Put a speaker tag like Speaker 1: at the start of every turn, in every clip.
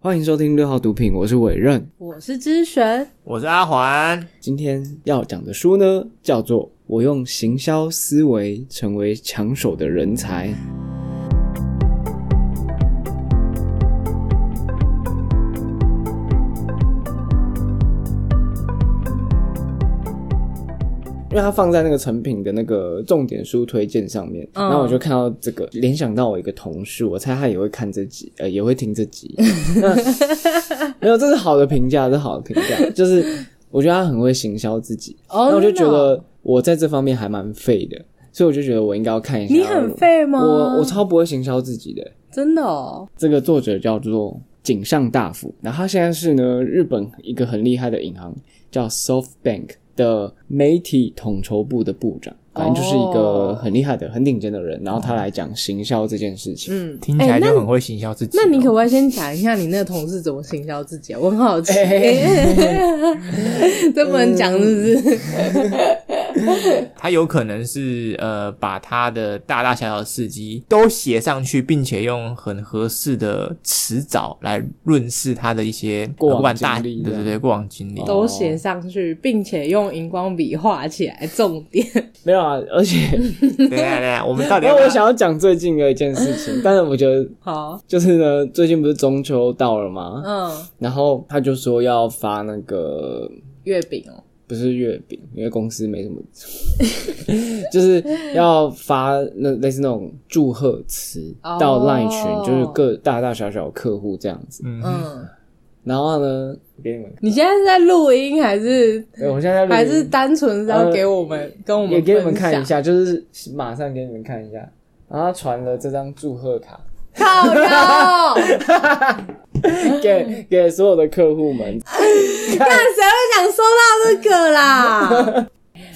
Speaker 1: 欢迎收听六号毒品，我是伟任。
Speaker 2: 我是知璇，
Speaker 3: 我是阿环，
Speaker 1: 今天要讲的书呢，叫做《我用行销思维成为抢手的人才》。因为它放在那个成品的那个重点书推荐上面，
Speaker 2: 嗯
Speaker 1: 然后我就看到这个，联想到我一个同事，我猜他也会看这集，呃，也会听这集。那 没有，这是好的评价，这是好的评价，就是我觉得他很会行销自己，
Speaker 2: 哦
Speaker 1: 那我就
Speaker 2: 真
Speaker 1: 觉
Speaker 2: 的哦
Speaker 1: 得我在这方面还蛮废的，所以我就觉得我应该要看一下。
Speaker 2: 你很废吗？
Speaker 1: 我我超不会行销自己的。
Speaker 2: 真的哦，
Speaker 1: 这个作者叫做井上大辅，然后他现在是呢日本一个很厉害的银行叫 SoftBank 的媒体统筹部的部长，反正就是一个
Speaker 2: 哦
Speaker 1: 很厉害的、很顶尖的人。然后他来讲行销这件事情。
Speaker 2: 嗯，
Speaker 3: 听起来
Speaker 2: 哎
Speaker 3: 就很会行销自己哦、
Speaker 2: 那你可不可以先讲一下你那个同事怎么行销自己啊？我很好奇，
Speaker 1: 哎哎
Speaker 2: 这不能讲是
Speaker 1: 嗯
Speaker 2: 不是？
Speaker 3: 他有可能是呃，把他的大大小小的事迹都写上去，并且用很合适的词藻来润饰他的一些呃
Speaker 1: 过往
Speaker 3: 不管大
Speaker 1: 经历
Speaker 3: 对对对，过往经历。
Speaker 1: 哦
Speaker 2: 都写上去，并且用荧光笔画起来重点。
Speaker 1: 没有啊，而且
Speaker 3: 对对对，我们到底
Speaker 1: 因
Speaker 2: 啊
Speaker 3: 要不
Speaker 1: 为
Speaker 3: 要
Speaker 1: 我想要讲最近的一件事情，但是我觉得
Speaker 2: 好，
Speaker 1: 就是呢，最近不是中秋到了吗？
Speaker 2: 嗯，
Speaker 1: 然后他就说要发那个
Speaker 2: 月饼哦，
Speaker 1: 不是月饼，因为公司没什么， 就是要发那类似那种祝贺词
Speaker 2: 哦
Speaker 1: 到赖群就是各大大小小客户这样子。
Speaker 3: 嗯哼，
Speaker 2: 嗯，
Speaker 1: 然后呢，给你们，
Speaker 2: 你现在是在录音还是
Speaker 1: 对我现在在录音
Speaker 2: 还是单纯是要给我们跟我
Speaker 1: 也
Speaker 2: 们
Speaker 1: 给你们看一
Speaker 2: 分
Speaker 1: 下，
Speaker 2: 享？
Speaker 1: 就是马上给你们看一下。然后他传了这张祝贺卡
Speaker 2: 靠腰，
Speaker 1: 给给所有的客户们，
Speaker 2: 看谁会想收到这个啦？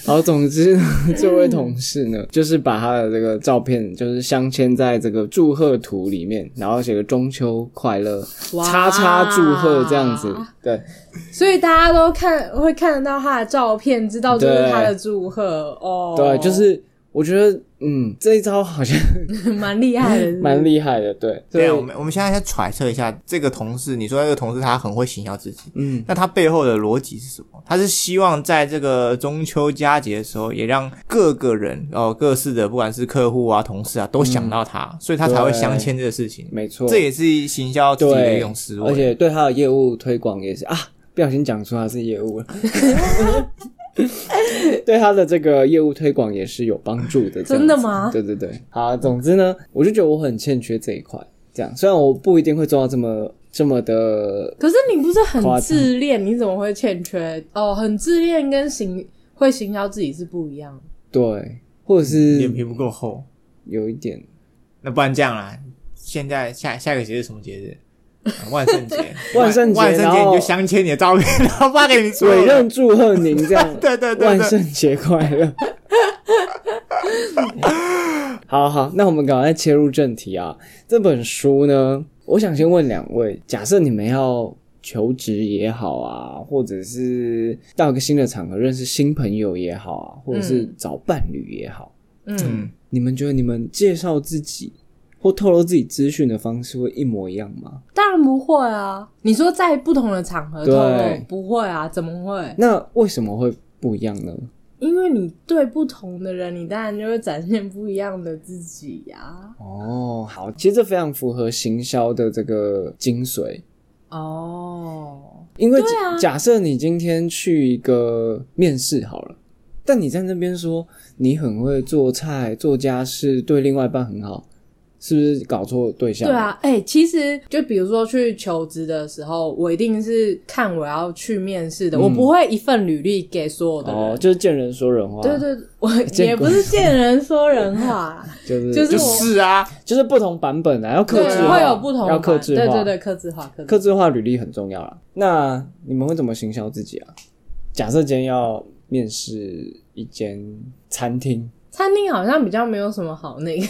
Speaker 1: 好，总之呢这位同事呢， 就是把他的这个照片，就是镶嵌在这个祝贺图里面，然后写个中秋快乐，
Speaker 2: 哇
Speaker 1: 叉叉祝贺这样子。对，
Speaker 2: 所以大家都看会看得到他的照片，知道这是他的祝贺哦。
Speaker 1: 对，就是我觉得，嗯，这一招好像
Speaker 2: 蛮厉害的，
Speaker 1: 蛮厉害的，对，所以
Speaker 3: 对，我们我们现在先揣测一下这个同事，你说这个同事他很会行销自己，
Speaker 1: 嗯，
Speaker 3: 那他背后的逻辑是什么？他是希望在这个中秋佳节的时候，也让各个人哦，各式的不管是客户啊、同事啊，都想到他，
Speaker 1: 嗯
Speaker 3: 所以他才会镶嵌这个事情。
Speaker 1: 没错，
Speaker 3: 这也是行销自己的一
Speaker 1: 对
Speaker 3: 种思，维。
Speaker 1: 而且对他的业务推广也是啊，不小心讲出他是业务 了。对他的这个业务推广也是有帮助的，这样子
Speaker 2: 真的吗
Speaker 1: 对对对，好，总之呢，我就觉得我很欠缺这一块，这样虽然我不一定会做到这么这么的，
Speaker 2: 可是你不是很
Speaker 1: 夸张
Speaker 2: 自恋，你怎么会欠缺？哦，很自恋跟行会行销自己是不一样的。
Speaker 1: 对，或者
Speaker 3: 脸
Speaker 1: 是
Speaker 3: 皮不够厚，
Speaker 1: 有一点，，
Speaker 3: 那不然这样啦，现在下下个节日什么节日？啊万圣节
Speaker 1: 万圣节
Speaker 3: 万圣
Speaker 1: 然
Speaker 3: 节
Speaker 1: 后
Speaker 3: 你就镶嵌你的照片， 然后发给你所
Speaker 1: 委
Speaker 3: 有人。，
Speaker 1: 任祝贺您这样
Speaker 3: 对对对
Speaker 1: 万
Speaker 3: 对，
Speaker 1: 圣节快乐。 好好，那我们赶快切入正题啊。这本书呢，我想先问两位：假设你们要求职也好啊，或者是到一个新的场合认识新朋友也好啊，或者是
Speaker 2: 嗯
Speaker 1: 找伴侣也好，
Speaker 2: 嗯，
Speaker 3: 嗯，
Speaker 1: 你们觉得你们介绍自己或透露自己资讯的方式会一模一样吗？
Speaker 2: 当然不会啊。你说在不同的场合透
Speaker 1: 对
Speaker 2: 露，不会啊？怎么会？
Speaker 1: 那为什么会不一样呢？
Speaker 2: 因为你对不同的人，你当然就会展现不一样的自己呀、
Speaker 1: 哦，好，其实这非常符合行销的这个精髓。
Speaker 2: 哦，
Speaker 1: 因为
Speaker 2: 对
Speaker 1: 假、
Speaker 2: 啊
Speaker 1: 假设你今天去一个面试好了，但你在那边说你很会做菜、做家事，对另外一半很好，是不是搞错对象？
Speaker 2: 对，啊，哎、其实就比如说去求职的时候，我一定是看我要去面试的，
Speaker 1: 嗯
Speaker 2: 我不会一份履历给所有的人。
Speaker 1: 哦，就是见人说人话，
Speaker 2: 对，对，对我
Speaker 1: 见
Speaker 2: 也不
Speaker 1: 鬼
Speaker 2: 是见人说人话啦，
Speaker 1: 就是
Speaker 2: 就是
Speaker 3: 就
Speaker 1: 就
Speaker 2: 我
Speaker 3: 是啊，
Speaker 1: 就是不同版本啊，要 克
Speaker 2: 对，
Speaker 1: 制化，
Speaker 2: 会有不同
Speaker 1: 要
Speaker 2: 的
Speaker 1: 克
Speaker 2: 版
Speaker 1: 制化，
Speaker 2: 对对对，克制化，克制
Speaker 1: 克制化履历很重要啦。那你们会怎么行销自己啊？假设今天要面试一间餐厅，
Speaker 2: 餐厅好像比较没有什么好 那个，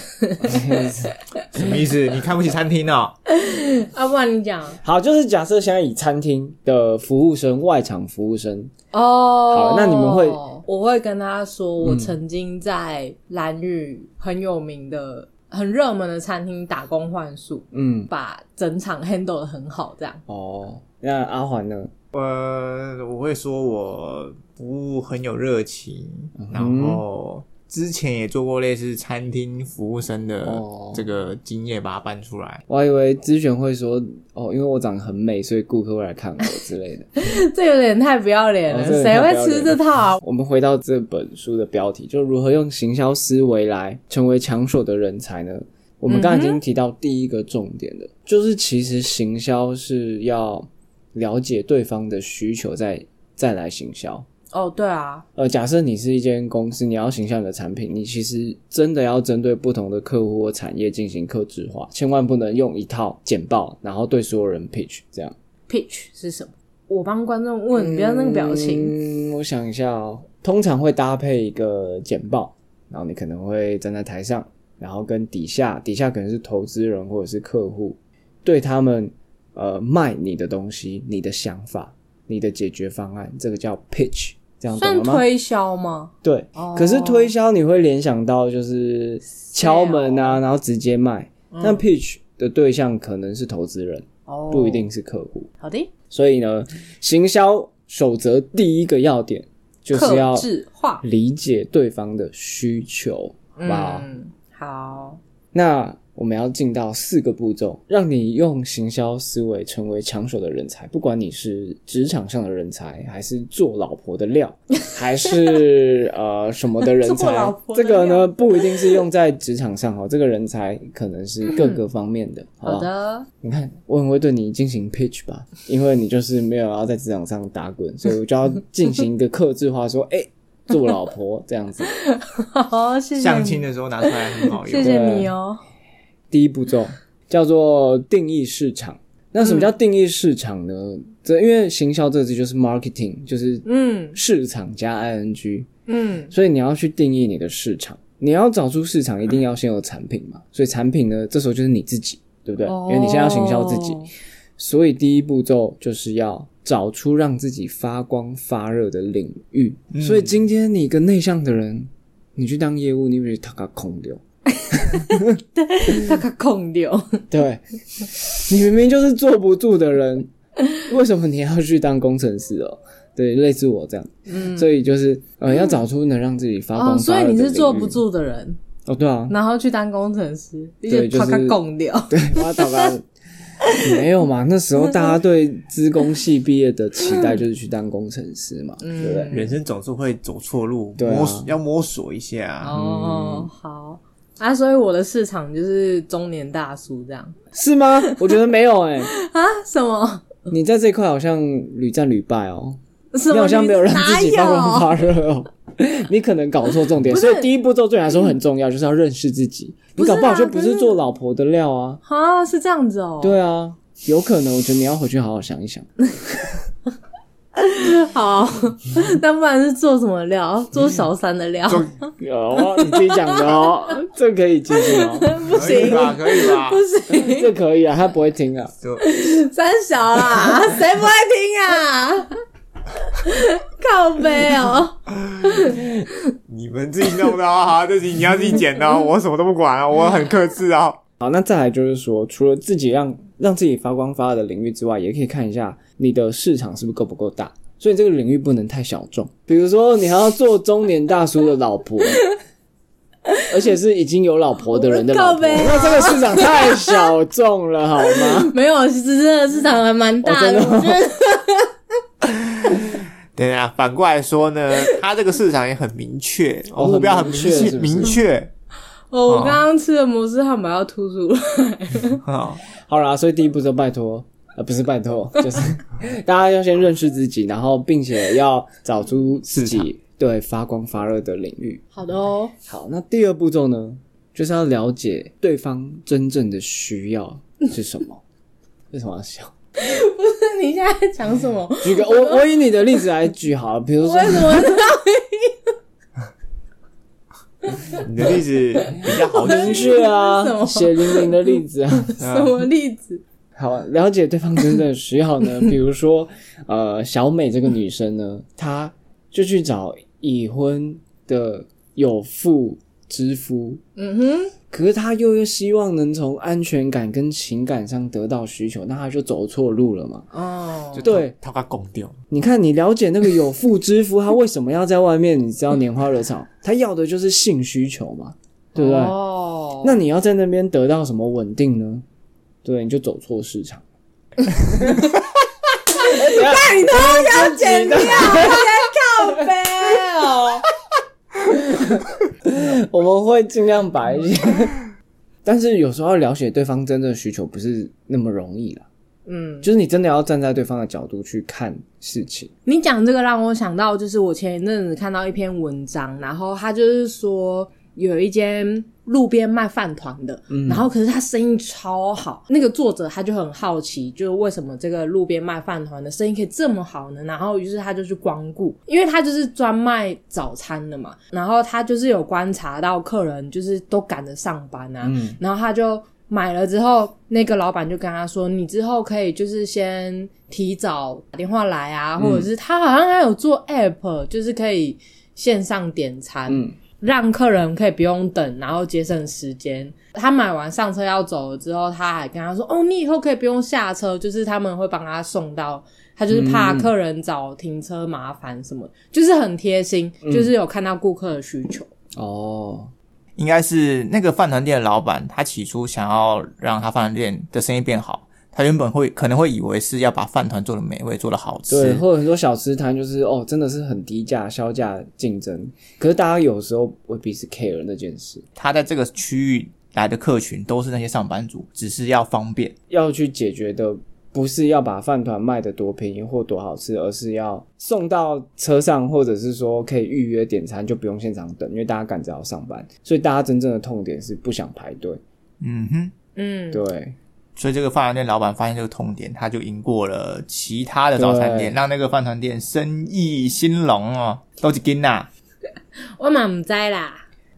Speaker 3: 什么意思？你看不起餐厅哦？
Speaker 2: 要啊不然你讲
Speaker 1: 好，就是假设现在以餐厅的服务生、外场服务生
Speaker 2: 哦。
Speaker 1: 好那你们会？
Speaker 2: 我会跟他说，我曾经在蓝屿很有名的很热门的餐厅打工换宿，
Speaker 1: 嗯，
Speaker 2: 把整场 handle 的很好，这样。
Speaker 1: 哦，那阿环呢？
Speaker 3: 呃，我会说我服务很有热情，然后之前也做过类似餐厅服务生的
Speaker 1: 哦
Speaker 3: 这个经验，把它搬出来。
Speaker 1: 我还以为咨询会说哦，因为我长得很美，所以顾客会来看我之类的。
Speaker 2: 这有点太不要脸
Speaker 1: 哦
Speaker 2: 了，
Speaker 1: 这有点
Speaker 2: 谁
Speaker 1: 太
Speaker 2: 会
Speaker 1: 不要
Speaker 2: 吃
Speaker 1: 脸
Speaker 2: 这套啊？
Speaker 1: 我们回到这本书的标题，就如何用行销思维来成为强手的人才呢？我们刚才已经提到第一个重点了，就是其实行销是要了解对方的需求再，再来行销。
Speaker 2: 哦，对啊，
Speaker 1: 呃，假设你是一间公司，你要行销你的产品，你其实真的要针对不同的客户或产业进行客制化，千万不能用一套简报，然后对所有人 pitch 这样。
Speaker 2: pitch 是什么？我帮观众问，不要那个表情。
Speaker 1: 嗯，我想一下哦，通常会搭配一个简报，然后你可能会站在台上，然后跟底下底下可能是投资人或者是客户，对他们呃卖你的东西、你的想法、你的解决方案，这个叫 pitch，这样懂
Speaker 2: 算
Speaker 1: 了吗？
Speaker 2: 推销吗？
Speaker 1: 对，
Speaker 2: 哦
Speaker 1: 可是推销你会联想到就是敲门啊，然后直接卖，但 pitch 的对象可能是投资人，
Speaker 2: 嗯哦，
Speaker 1: 不一。定是客户。
Speaker 2: 好的，
Speaker 1: 所以呢，行销守则第一个要点就是要
Speaker 2: 克制化。
Speaker 1: 理解对方的需求，好不好？
Speaker 2: 嗯，好，
Speaker 1: 那我们要进到四个步骤，让你用行销思维成为抢手的人才。不管你是职场上的人才，还是做老婆的 料，还是呃什么的人
Speaker 2: 做
Speaker 1: 才
Speaker 2: 老，婆的
Speaker 1: 这
Speaker 2: 料
Speaker 1: 个呢不一定是用在职场上哦。这个人才可能是各个方面的，好啊不
Speaker 2: 嗯好
Speaker 1: 好
Speaker 2: 的，
Speaker 1: 你看，我很会对你进行 pitch 吧，因为你就是没有要在职场上打滚，所以我就要进行一个克制化，说， 哎、做我老婆这样子。
Speaker 2: 好，谢谢
Speaker 3: 相亲
Speaker 2: 你，
Speaker 3: 的时候拿出来很好
Speaker 2: 嗯谢。
Speaker 3: 用
Speaker 2: 谢你哦。
Speaker 1: 第一步骤叫做定义市场。那什么叫定义市场呢？这因为行销这个字就是 marketing，就是
Speaker 2: 嗯
Speaker 1: 市场加 ing，
Speaker 2: 嗯，
Speaker 1: 所以你要去定义你的市场。你要找出市场，一定要先有产品嘛。所以产品呢，这时候就是你自己，对不对？因为你现在要行销自己。
Speaker 2: 哦
Speaker 1: 所以第一步骤就是要找出让自己发光发热的领域。
Speaker 3: 嗯
Speaker 1: 所以今天你一个内向的人，你去当业务，你不是他个空流？
Speaker 2: 他可 空掉。
Speaker 1: 对，你明明就是坐不住的人，为什么你要去当工程师哦？对，类似我这样，
Speaker 2: 嗯，
Speaker 1: 所以就是呃，要找出能让自己发
Speaker 2: 哦，
Speaker 1: 光
Speaker 2: 所
Speaker 1: 发热的
Speaker 2: 以
Speaker 1: 领域、
Speaker 2: 你是坐不住的人，
Speaker 1: 哦，对啊，
Speaker 2: 然后去当工程师，
Speaker 1: 对就是
Speaker 2: 他可空掉。
Speaker 1: 对，我要打扮。没有嘛？那时候大家对资工系毕业的期待就是去当工程师嘛，
Speaker 2: 嗯
Speaker 1: 对不对？
Speaker 3: 人生总是会走错路，
Speaker 1: 对啊
Speaker 3: 摸索要摸索一下。啊
Speaker 1: 嗯
Speaker 2: 哦，好啊，所以我的市场就是中年大叔这样
Speaker 1: 是吗？我觉得没有哎、
Speaker 2: 啊？什么？
Speaker 1: 你在这一块好像屡战屡败哦，
Speaker 2: 什
Speaker 1: 你
Speaker 2: 么女？
Speaker 1: 好像没有让自己发光
Speaker 2: 哪有
Speaker 1: 发热哦， 你可能搞错重点。
Speaker 2: 不
Speaker 1: 所
Speaker 2: 是嗯
Speaker 1: 以第一步骤对你来说很重要，就是要认识自己。你
Speaker 2: 不是啊
Speaker 1: 搞不好就不
Speaker 2: 可
Speaker 1: 是
Speaker 2: 是
Speaker 1: 做老婆的料啊，
Speaker 2: 啊，是这样子哦。，
Speaker 1: 对啊，有可能。我觉得你要回去好好想一想。
Speaker 2: 好， 那不然是做什么料？做小三的料？
Speaker 1: 有哦，你自己讲的哦， 这可以继续哦，
Speaker 2: 不
Speaker 3: 可以
Speaker 2: 行，
Speaker 3: 吧？可以吧
Speaker 2: 不？行，
Speaker 1: 这可以啊，他不会听啊。
Speaker 3: 就
Speaker 2: 三小啦，谁不会听啊？ 靠背哦，
Speaker 3: 你们自己弄的啊，好这题你要自己剪的啊，我什么都不管啊，我很克制啊。
Speaker 1: 好，那再来就是说，除了自己让让自己发光发热的领域之外，也可以看一下你的市场是不是够不够大。所以这个领域不能太小众，比如说你还要做中年大叔的老婆，而且是已经有老婆的人的老
Speaker 2: 靠
Speaker 1: 婆，
Speaker 2: 北啊
Speaker 1: 那这个市场太小众了，好吗？
Speaker 2: 没有，其实这个市场还蛮大
Speaker 1: 哦真
Speaker 2: 的，
Speaker 1: 的吗
Speaker 2: 我觉 得
Speaker 3: 等一下，反过来说 呢，它这个市场也很明确，
Speaker 1: 哦
Speaker 3: 目标
Speaker 1: 很
Speaker 3: 很
Speaker 1: 明
Speaker 3: 明
Speaker 1: 确是
Speaker 3: 确，
Speaker 1: 不是
Speaker 3: 明确
Speaker 2: 哦，我刚刚吃的摩斯汉堡要吐出来。
Speaker 3: 啊。
Speaker 1: 好啦，所以第一步就拜托，呃，不是拜托，就是 大家要先认识自己，然后并且要找出自
Speaker 3: 市场
Speaker 1: 己对发光发热的领域。
Speaker 2: 好的哦，
Speaker 1: 好，那第二步骤呢，就是要了解对方真正的需要是什么。为什么要笑？
Speaker 2: 那你现在在讲什 么？
Speaker 1: 举个我我以你的例子来举好了，比如说
Speaker 2: 为什么 知道？
Speaker 3: 你的例子 比较好
Speaker 1: 邻
Speaker 3: 举，
Speaker 1: 居
Speaker 2: 什
Speaker 1: 啊，
Speaker 2: 么
Speaker 1: 血淋淋的例子啊。
Speaker 2: 什么例子？
Speaker 1: 好，了解对方真正的需要呢，比如说呃，小美这个女生呢，她就去找已婚的有妇之夫，
Speaker 2: 嗯哼，
Speaker 1: 可是他又又希望能从安全感跟情感上得到需求，那他就走错路了嘛。
Speaker 2: 哦
Speaker 3: 就
Speaker 1: 对
Speaker 3: 他他拱掉，
Speaker 1: 你看，你了解那个有妇之夫，他为什么要在外面？你知道拈花惹 草，他要的就是性需求嘛，对不对？
Speaker 2: 哦，
Speaker 1: 那你要在那边得到什么稳定呢？对，你就走错市场。你看，你都要
Speaker 2: 剪掉，靠背哦，
Speaker 1: 我们会尽量白一些，但是有时候要了解对方真正的需求不是那么容易啦。
Speaker 2: 嗯，
Speaker 1: 就是你真的要站在对方的角度去看事情。
Speaker 2: 你讲这个让我想到，就是我前一阵子看到一篇文章，然后他就是说有一间路边卖饭团的，然后可是他生意超好，那个作者他就很好奇，就是为什么这个路边卖饭团的生意可以这么好呢？然后于是他就去光顾，因为他就是专卖早餐的嘛，然后他就是有观察到客人就是都赶着上班啊，
Speaker 1: 嗯
Speaker 2: 然后他就买了之后，那个老板就跟他说：“你之后可以就是先提早打电话来啊，或者
Speaker 3: 嗯
Speaker 2: 是他好像还有做 app，就是可以线上点餐，
Speaker 1: 嗯
Speaker 2: 让客人可以不用等，然后节省时间。”他买完上车要走了之后，他还跟他说：“哦，你以后可以不用下车，就是他们会帮他送到。”他就是怕
Speaker 1: 嗯
Speaker 2: 客人找停车麻烦什么，就是很贴心，就是有看到顾客的需求。
Speaker 1: 哦，
Speaker 3: 应该是那个饭团店的老板，他起初想要让他饭团店的生意变好，他原本会可能会以为是要把饭团做的美味，做的好
Speaker 1: 对，
Speaker 3: 吃。
Speaker 1: 或者很多小吃摊就是哦，真的是很低价、销价竞争。可是大家有时候未必是 care 那件事，
Speaker 3: 他在这个区域来的客群都是那些上班族，只是要方便。
Speaker 1: 要去解决的不是要把饭团卖得多便宜或多好吃，而是要送到车上，或者是说可以预约点餐，就不用现场等，因为大家赶着要上班。所以大家真正的痛点是不想排队。
Speaker 3: 嗯哼，
Speaker 2: 嗯，
Speaker 1: 对，
Speaker 3: 所以这个饭团店老板发现这个痛点，他就赢过了其他的早餐店，
Speaker 1: 对
Speaker 3: 让那个饭团店生意兴隆哦，都是金呐。
Speaker 2: 我嘛唔知啦。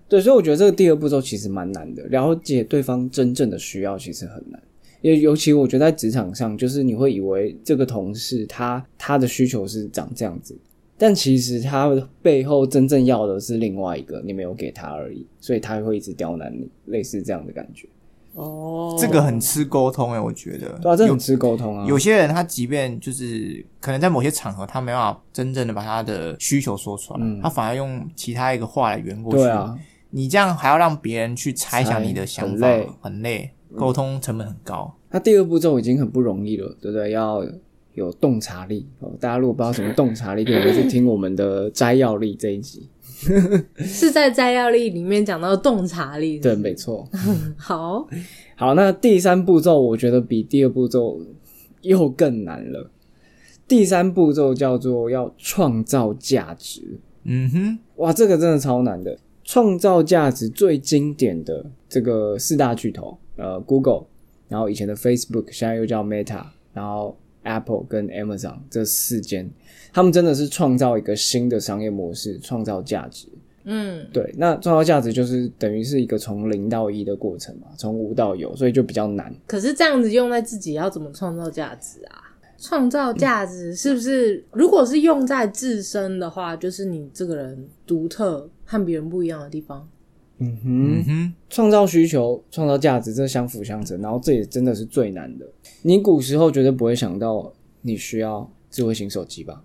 Speaker 1: 对，所以我觉得这个第二步骤其实蛮难的，了解对方真正的需要其实很难。也尤其我觉得在职场上，就是你会以为这个同事他他的需求是长这样子，但其实他背后真正要的是另外一个，你没有给他而已，所以他会一直刁难你，类似这样的感觉。
Speaker 2: 哦，
Speaker 3: 这个很吃沟通欸诶，我觉得。
Speaker 1: 对啊，这
Speaker 3: 有
Speaker 1: 很吃沟通啊。
Speaker 3: 有些人他即便就是可能在某些场合，他没办法真正的把他的需求说出来，
Speaker 1: 嗯
Speaker 3: 他反而用其他一个话来圆过去。
Speaker 1: 对啊，
Speaker 3: 你这样还要让别人去猜想你的想法，
Speaker 1: 猜很累
Speaker 3: 很累，沟通成本很高。
Speaker 1: 那第二步骤已经很不容易了，对不对？要有洞察力哦。大家如果不知道什么洞察力，可以回去听我们的摘要力这一集。
Speaker 2: 是在摘要力里面讲到洞察力。
Speaker 1: 对，没错。
Speaker 2: 好，
Speaker 1: 好，那第三步骤我觉得比第二步骤又更难了。第三步骤叫做要创造价值，
Speaker 3: 嗯哼，
Speaker 1: 哇，这个真的超难的。创造价值最经典的这个四大巨头，呃，Google，然后以前的 Facebook，现在又叫 Meta，然后 Apple 跟 Amazon 这四间，他们真的是创造一个新的商业模式，创造价值。
Speaker 2: 嗯，
Speaker 1: 对，那创造价值就是等于是一个从零到一的过程嘛，从无到有，所以就比较难。
Speaker 2: 可是这样子用在自己要怎么创造价值啊？创造价值是不是？如果是用在自身的话，就是你这个人独特和别人不一样的地方。
Speaker 1: 嗯哼，
Speaker 3: 嗯哼，
Speaker 1: 创造需求、创造价值，这相辅相成。然后这也真的是最难的。你古时候绝对不会想到你需要智慧型手机吧？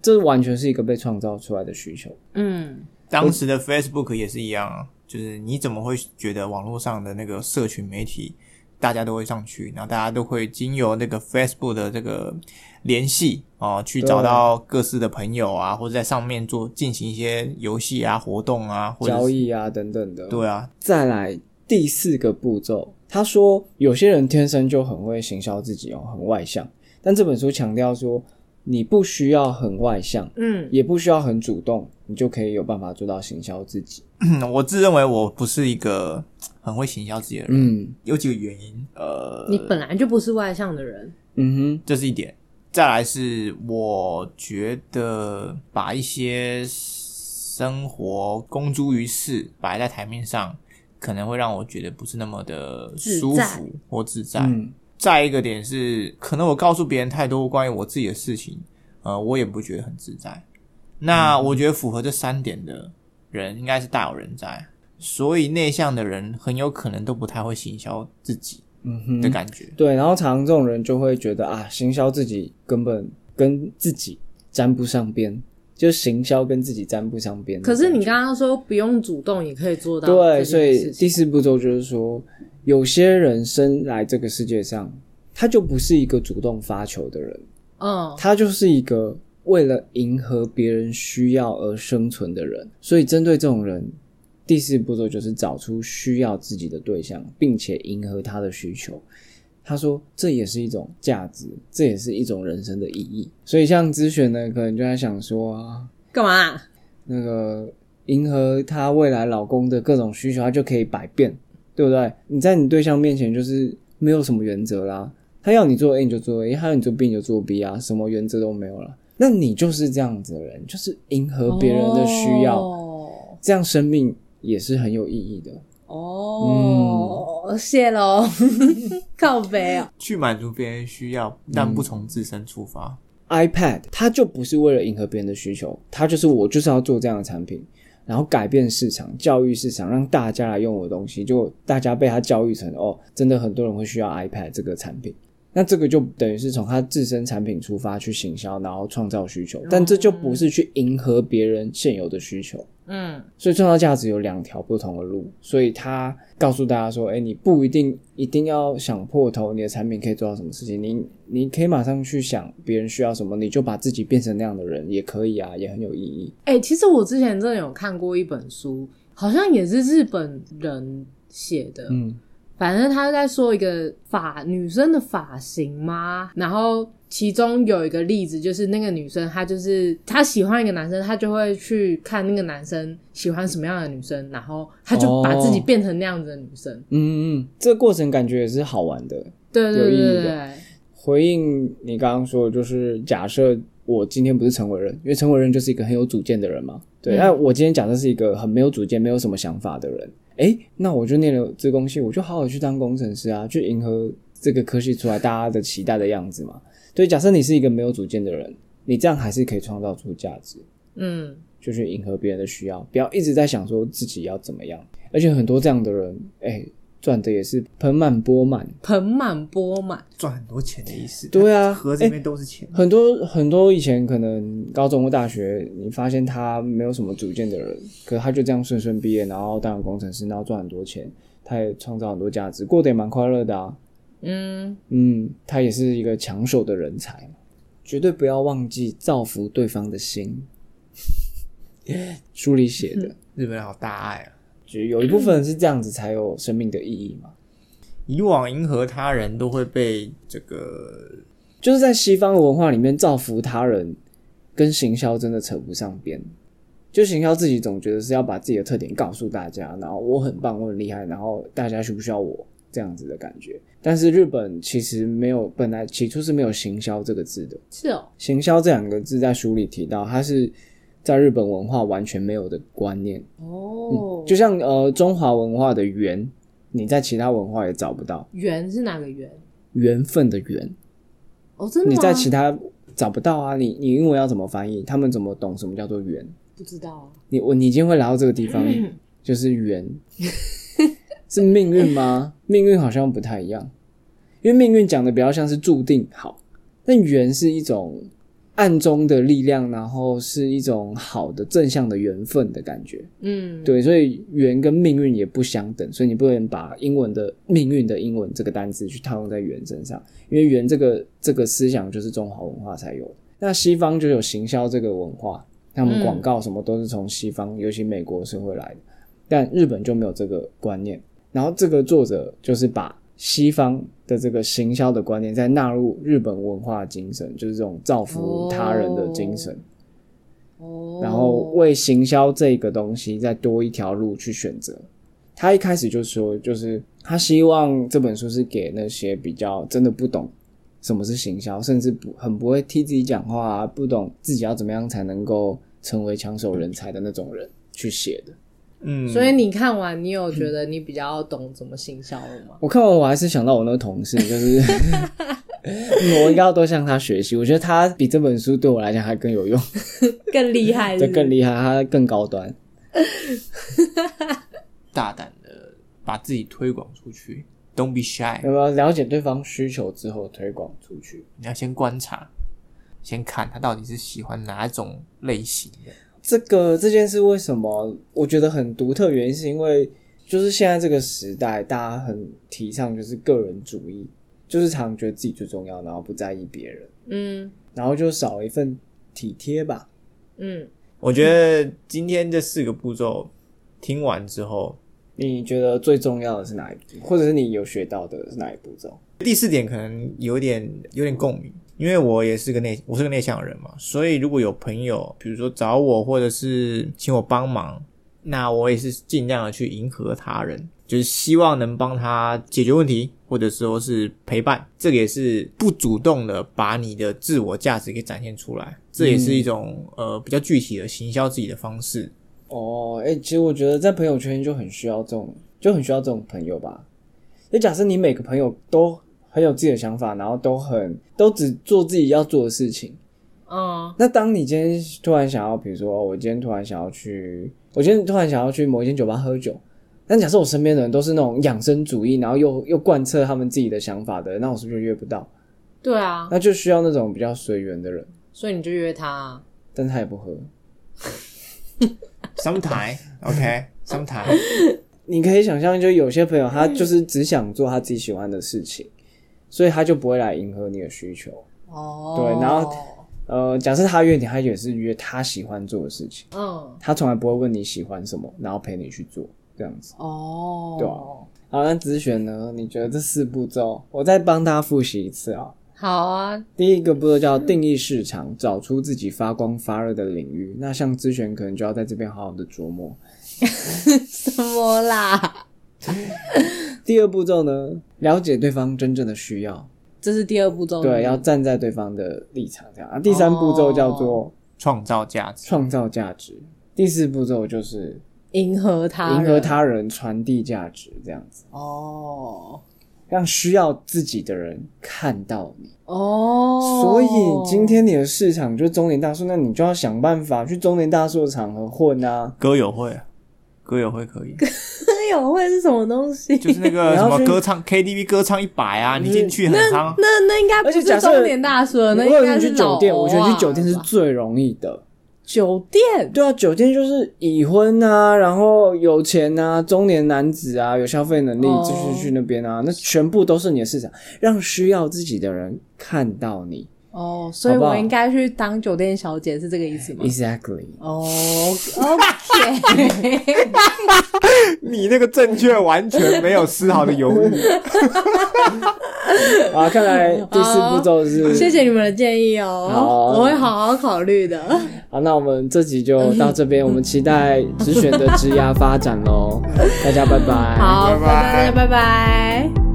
Speaker 1: 这完全是一个被创造出来的需求。
Speaker 2: 嗯，
Speaker 3: 当时的 Facebook 也是一样啊，就是你怎么会觉得网络上的那个社群媒体大家都会上去，然后大家都会经由那个 Facebook 的这个联系哦，去
Speaker 1: 对啊
Speaker 3: 找到各式的朋友啊，或者在上面做进行一些游戏啊、活动啊，或者是
Speaker 1: 交易啊，等等的。，
Speaker 3: 对啊，
Speaker 1: 再来第四个步骤，他说有些人天生就很会行销自己哦，很外向。但这本书强调说，你不需要很外向，
Speaker 2: 嗯，
Speaker 1: 也不需要很主动，你就可以有办法做到行销自己。
Speaker 3: 我自认为我不是一个很会行销自己的人，
Speaker 1: 嗯
Speaker 3: 有几个原因，呃，
Speaker 2: 你本来就不是外向的人。
Speaker 1: 嗯哼，
Speaker 3: 这是一点。再来是，我觉得把一些生活公诸于世摆在台面上，可能会让我觉得不是那么的舒
Speaker 2: 自
Speaker 3: 服
Speaker 2: 在
Speaker 3: 或自在。
Speaker 1: 嗯
Speaker 3: 再一个点是，可能我告诉别人太多关于我自己的事情，呃，我也不觉得很自在。那我觉得符合这三点的人，应该是大有人在。所以内向的人很有可能都不太会行销自己
Speaker 1: 嗯哼
Speaker 3: 的感觉。
Speaker 1: 对，然后常常这种人就会觉得啊，行销自己根本跟自己沾不上边，就行销跟自己沾不上边的
Speaker 2: 可
Speaker 1: 感觉。
Speaker 2: 是你刚刚说不用主动也可以做到
Speaker 1: 对，
Speaker 2: 这件
Speaker 1: 所以
Speaker 2: 事情，
Speaker 1: 第四步骤就是说，有些人生来这个世界上，他就不是一个主动发球的人，
Speaker 2: 嗯，
Speaker 1: 他就是一个为了迎合别人需要而生存的人。所以针对这种人，第四步骤就是找出需要自己的对象，并且迎合他的需求。他说，这也是一种价值，这也是一种人生的意义。所以像咨询呢，可能就在想说啊，
Speaker 2: 干嘛啊、
Speaker 1: 那个迎合她未来老公的各种需求，她就可以百变，对不对？你在你对象面前就是没有什么原则啦，他要你做 A 你就做 A，他要你做 B 你就做 B 啊，什么原则都没有了。那你就是这样子的人，就是迎合别人的需要，
Speaker 2: 哦，
Speaker 1: 这样生命也是很有意义的。
Speaker 2: 哦谢喽， 靠北哦，
Speaker 3: 去满足别人需要，但不从自身出发。
Speaker 1: iPad，它就不是为了迎合别人的需求，它就是我就是要做这样的产品，然后改变市场、教育市场，让大家来用我的东西，就大家被它教育成哦，真的很多人会需要 iPad 这个产品。那这个就等于是从它自身产品出发去行销，然后创造需求，但这就不是去迎合别人现有的需求。
Speaker 2: 嗯，
Speaker 1: 所以创造价值有两条不同的路，所以他告诉大家说：“哎，你不一定一定要想破头，你的产品可以做到什么事情，你你可以马上去想别人需要什么，你就把自己变成那样的人也可以啊，也很有意义。
Speaker 2: 哎、其实我之前真的有看过一本书，好像也是日本人写的，
Speaker 1: 嗯
Speaker 2: 反正他在说一个发女生的发型嘛，然后其中有一个例子就是那个女生，她就是她喜欢一个男生，她就会去看那个男生喜欢什么样的女生，然后她就把自己
Speaker 1: 哦
Speaker 2: 变成那样子的女生。
Speaker 1: 嗯嗯，这个过程感觉也是好玩的。
Speaker 2: 对对
Speaker 1: 有意义
Speaker 2: 对
Speaker 1: 的
Speaker 2: 对对，
Speaker 1: 回应你刚刚说的，就是假设我今天不是陈伟人，因为陈伟人就是一个很有主见的人嘛。对，
Speaker 2: 嗯
Speaker 1: 那、我今天假设是一个很没有主见、没有什么想法的人，诶，那我就念了自工系，我就好好去当工程师啊，去迎合这个科系出来大家的期待的样子嘛。对，假设你是一个没有主见的人，你这样还是可以创造出价值。
Speaker 2: 嗯，
Speaker 1: 就去迎合别人的需要，不要一直在想说自己要怎么样。而且很多这样的人，诶，赚的也是盆满钵满，
Speaker 2: 盆满钵满。
Speaker 3: 赚很多钱的意思。
Speaker 1: 对啊
Speaker 3: 盒子里面都是钱。
Speaker 1: 很多很多以前可能高中或大学，你发现他没有什么主见的人，可他就这样顺顺毕业，然后当了工程师，然后赚很多钱，他也创造很多价值，过得也蛮快乐的啊。
Speaker 2: 嗯，
Speaker 1: 嗯，他也是一个抢手的人才嘛，绝对不要忘记造福对方的心。 书里写的，
Speaker 3: 日本人好大爱啊！
Speaker 1: 就有一部分是这样子才有生命的意义嘛。
Speaker 3: 以往迎合他人都会被这个
Speaker 1: 就是在西方的文化里面，造福他人跟行销真的扯不上边。就行销自己总觉得是要把自己的特点告诉大家，然后我很棒，我很厉害，然后大家需不需要我这样子的感觉。但是日本其实没有，本来起初是没有行销这个字的。
Speaker 2: 是哦，
Speaker 1: 行销这两个字在书里提到，它是在日本文化完全没有的观念。
Speaker 2: 哦，
Speaker 1: 就像呃中华文化的缘，你在其他文化也找不到
Speaker 2: 缘是哪个缘？
Speaker 1: 缘分的缘。
Speaker 2: 哦，真的吗？
Speaker 1: 你在其他找不到啊，你你英文要怎么翻译？他们怎么懂什么叫做缘？
Speaker 2: 不知道啊。
Speaker 1: 你我你今天会来到这个地方，
Speaker 2: 嗯
Speaker 1: 就是缘， 是命运吗？命运好像不太一样，因为命运讲的比较像是注定好，但缘是一种暗中的力量，然后是一种好的正向的缘分的感觉。
Speaker 2: 嗯，
Speaker 1: 对，所以缘跟命运也不相等，所以你不能把英文的命运的英文这个单词去套用在缘身上，因为缘这个这个思想就是中华文化才有的。那西方就有行销这个文化，他们广告什么都是从西方，尤其美国社会来的，但日本就没有这个观念。然后这个作者就是把西方的这个行销的观念再纳入日本文化精神，就是这种造福他人的精神。
Speaker 2: 哦，
Speaker 1: 然后为行销这个东西再多一条路去选择。他一开始就说，就是他希望这本书是给那些比较真的不懂什么是行销，甚至不很不会替自己讲话、啊，不懂自己要怎么样才能够成为抢手人才的那种人去写的。
Speaker 3: 嗯，
Speaker 2: 所以你看完，你有觉得你比较懂怎么行销了吗？
Speaker 1: 我看完我还是想到我那个同事，就是 我应该要多向他学习。我觉得他比这本书对我来讲还更有用。
Speaker 2: 更厉害是
Speaker 1: 这
Speaker 2: 不是，
Speaker 1: 更厉害，它更高端。
Speaker 3: 大胆的把自己推广出去，Don't be shy，
Speaker 1: 有没有了解对方需求之后推广出去？
Speaker 3: 你要先观察，先看他到底是喜欢哪种类型的。
Speaker 1: 这个这件事为什么我觉得很独特？原因是因为就是现在这个时代，大家很提倡就是个人主义，就是常觉得自己最重要，然后不在意别人，
Speaker 2: 嗯
Speaker 1: 然后就少了一份体贴吧。
Speaker 2: 嗯，
Speaker 3: 我觉得今天这四个步骤听完之后，
Speaker 1: 你觉得最重要的是哪一步，或者是你有学到的是哪一步骤？
Speaker 3: 第四点可能有点有点共鸣，因为我也是个内我是个内向人嘛，所以如果有朋友比如说找我或者是请我帮忙，那我也是尽量的去迎合他人，就是希望能帮他解决问题，或者说是陪伴。这个也是不主动的把你的自我价值给展现出来，这也是一种、呃比较具体的行销自己的方式。
Speaker 1: 哦，哎、其实我觉得在朋友圈就很需要这种，就很需要这种朋友吧。就假设你每个朋友都很有自己的想法，然后都很都只做自己要做的事情，
Speaker 2: 嗯
Speaker 1: 那当你今天突然想要，比如说我今天突然想要去，我今天突然想要去某一间酒吧喝酒，但假设我身边的人都是那种养生主义，然后又又贯彻他们自己的想法的，那我是不是就约不到？
Speaker 2: 对啊，
Speaker 1: 那就需要那种比较随缘的人，
Speaker 2: 所以你就约他啊，
Speaker 1: 但是他也不喝。
Speaker 3: Sometime OK sometime。
Speaker 1: 你可以想象，就有些朋友他就是只想做他自己喜欢的事情，所以他就不会来迎合你的需求。
Speaker 2: 哦，
Speaker 1: 对然后呃，假设他约你，他也是约他喜欢做的事情，
Speaker 2: 嗯
Speaker 1: 他从来不会问你喜欢什么，然后陪你去做这样子。
Speaker 2: 哦，
Speaker 1: 对啊好，那子选呢？你觉得这四步骤，我再帮大家复习一次啊、
Speaker 2: 好啊，
Speaker 1: 第一个步骤叫定义市场，找出自己发光发热的领域。那像资选可能就要在这边好好的琢磨。
Speaker 2: 什么啦？
Speaker 1: 第二步骤呢，了解对方真正的需要，
Speaker 2: 这是第二步骤，
Speaker 1: 对，要站在对方的立场这样。啊，第三步骤叫做
Speaker 3: 创造价值。
Speaker 1: 创造价值，第四步骤就是
Speaker 2: 迎合他，
Speaker 1: 迎合，他人，传递价值这样子，
Speaker 2: 哦
Speaker 1: 让需要自己的人看到你。
Speaker 2: 哦，
Speaker 1: 所以今天你的市场就是中年大叔，那你就要想办法去中年大叔的场合混啊。
Speaker 3: 歌友会，啊，歌友会可以，
Speaker 2: 歌友会是什么东西？
Speaker 3: 就是那 个
Speaker 1: 你
Speaker 3: 什
Speaker 1: 要
Speaker 3: 么
Speaker 1: 去
Speaker 3: 歌唱 KTV 歌唱一百啊，你进去很夯。
Speaker 2: 那那应该不
Speaker 1: 而且
Speaker 2: 是
Speaker 1: 假设
Speaker 2: 中年大叔了，那
Speaker 1: 如果
Speaker 2: 应该
Speaker 1: 你
Speaker 2: 是
Speaker 1: 去酒店，
Speaker 2: 老
Speaker 1: 我觉得
Speaker 2: 欧
Speaker 1: 你
Speaker 2: 啊
Speaker 1: 去酒店是最容易的。
Speaker 2: 酒店
Speaker 1: 对啊，酒店就是已婚啊，然后有钱啊，中年男子啊，有消费能力，
Speaker 2: 哦
Speaker 1: 就是去那边啊，那全部都是你的市场，让需要自己的人看到你。
Speaker 2: 哦，所以
Speaker 1: 好不好
Speaker 2: 我应该去当酒店小姐是这个意思吗？
Speaker 1: Exactly，
Speaker 2: 哦，OK，
Speaker 3: 你那个正确完全没有丝毫的犹豫。
Speaker 1: 啊，看 来第四步骤是
Speaker 2: 谢谢你们的建议
Speaker 1: 好
Speaker 2: 哦，我会好好考虑的。
Speaker 1: 好，那我们这集就到这边，我们期待 直选的枝丫发展喽，大家拜拜。
Speaker 2: 好，
Speaker 3: 拜拜
Speaker 2: 大家拜拜。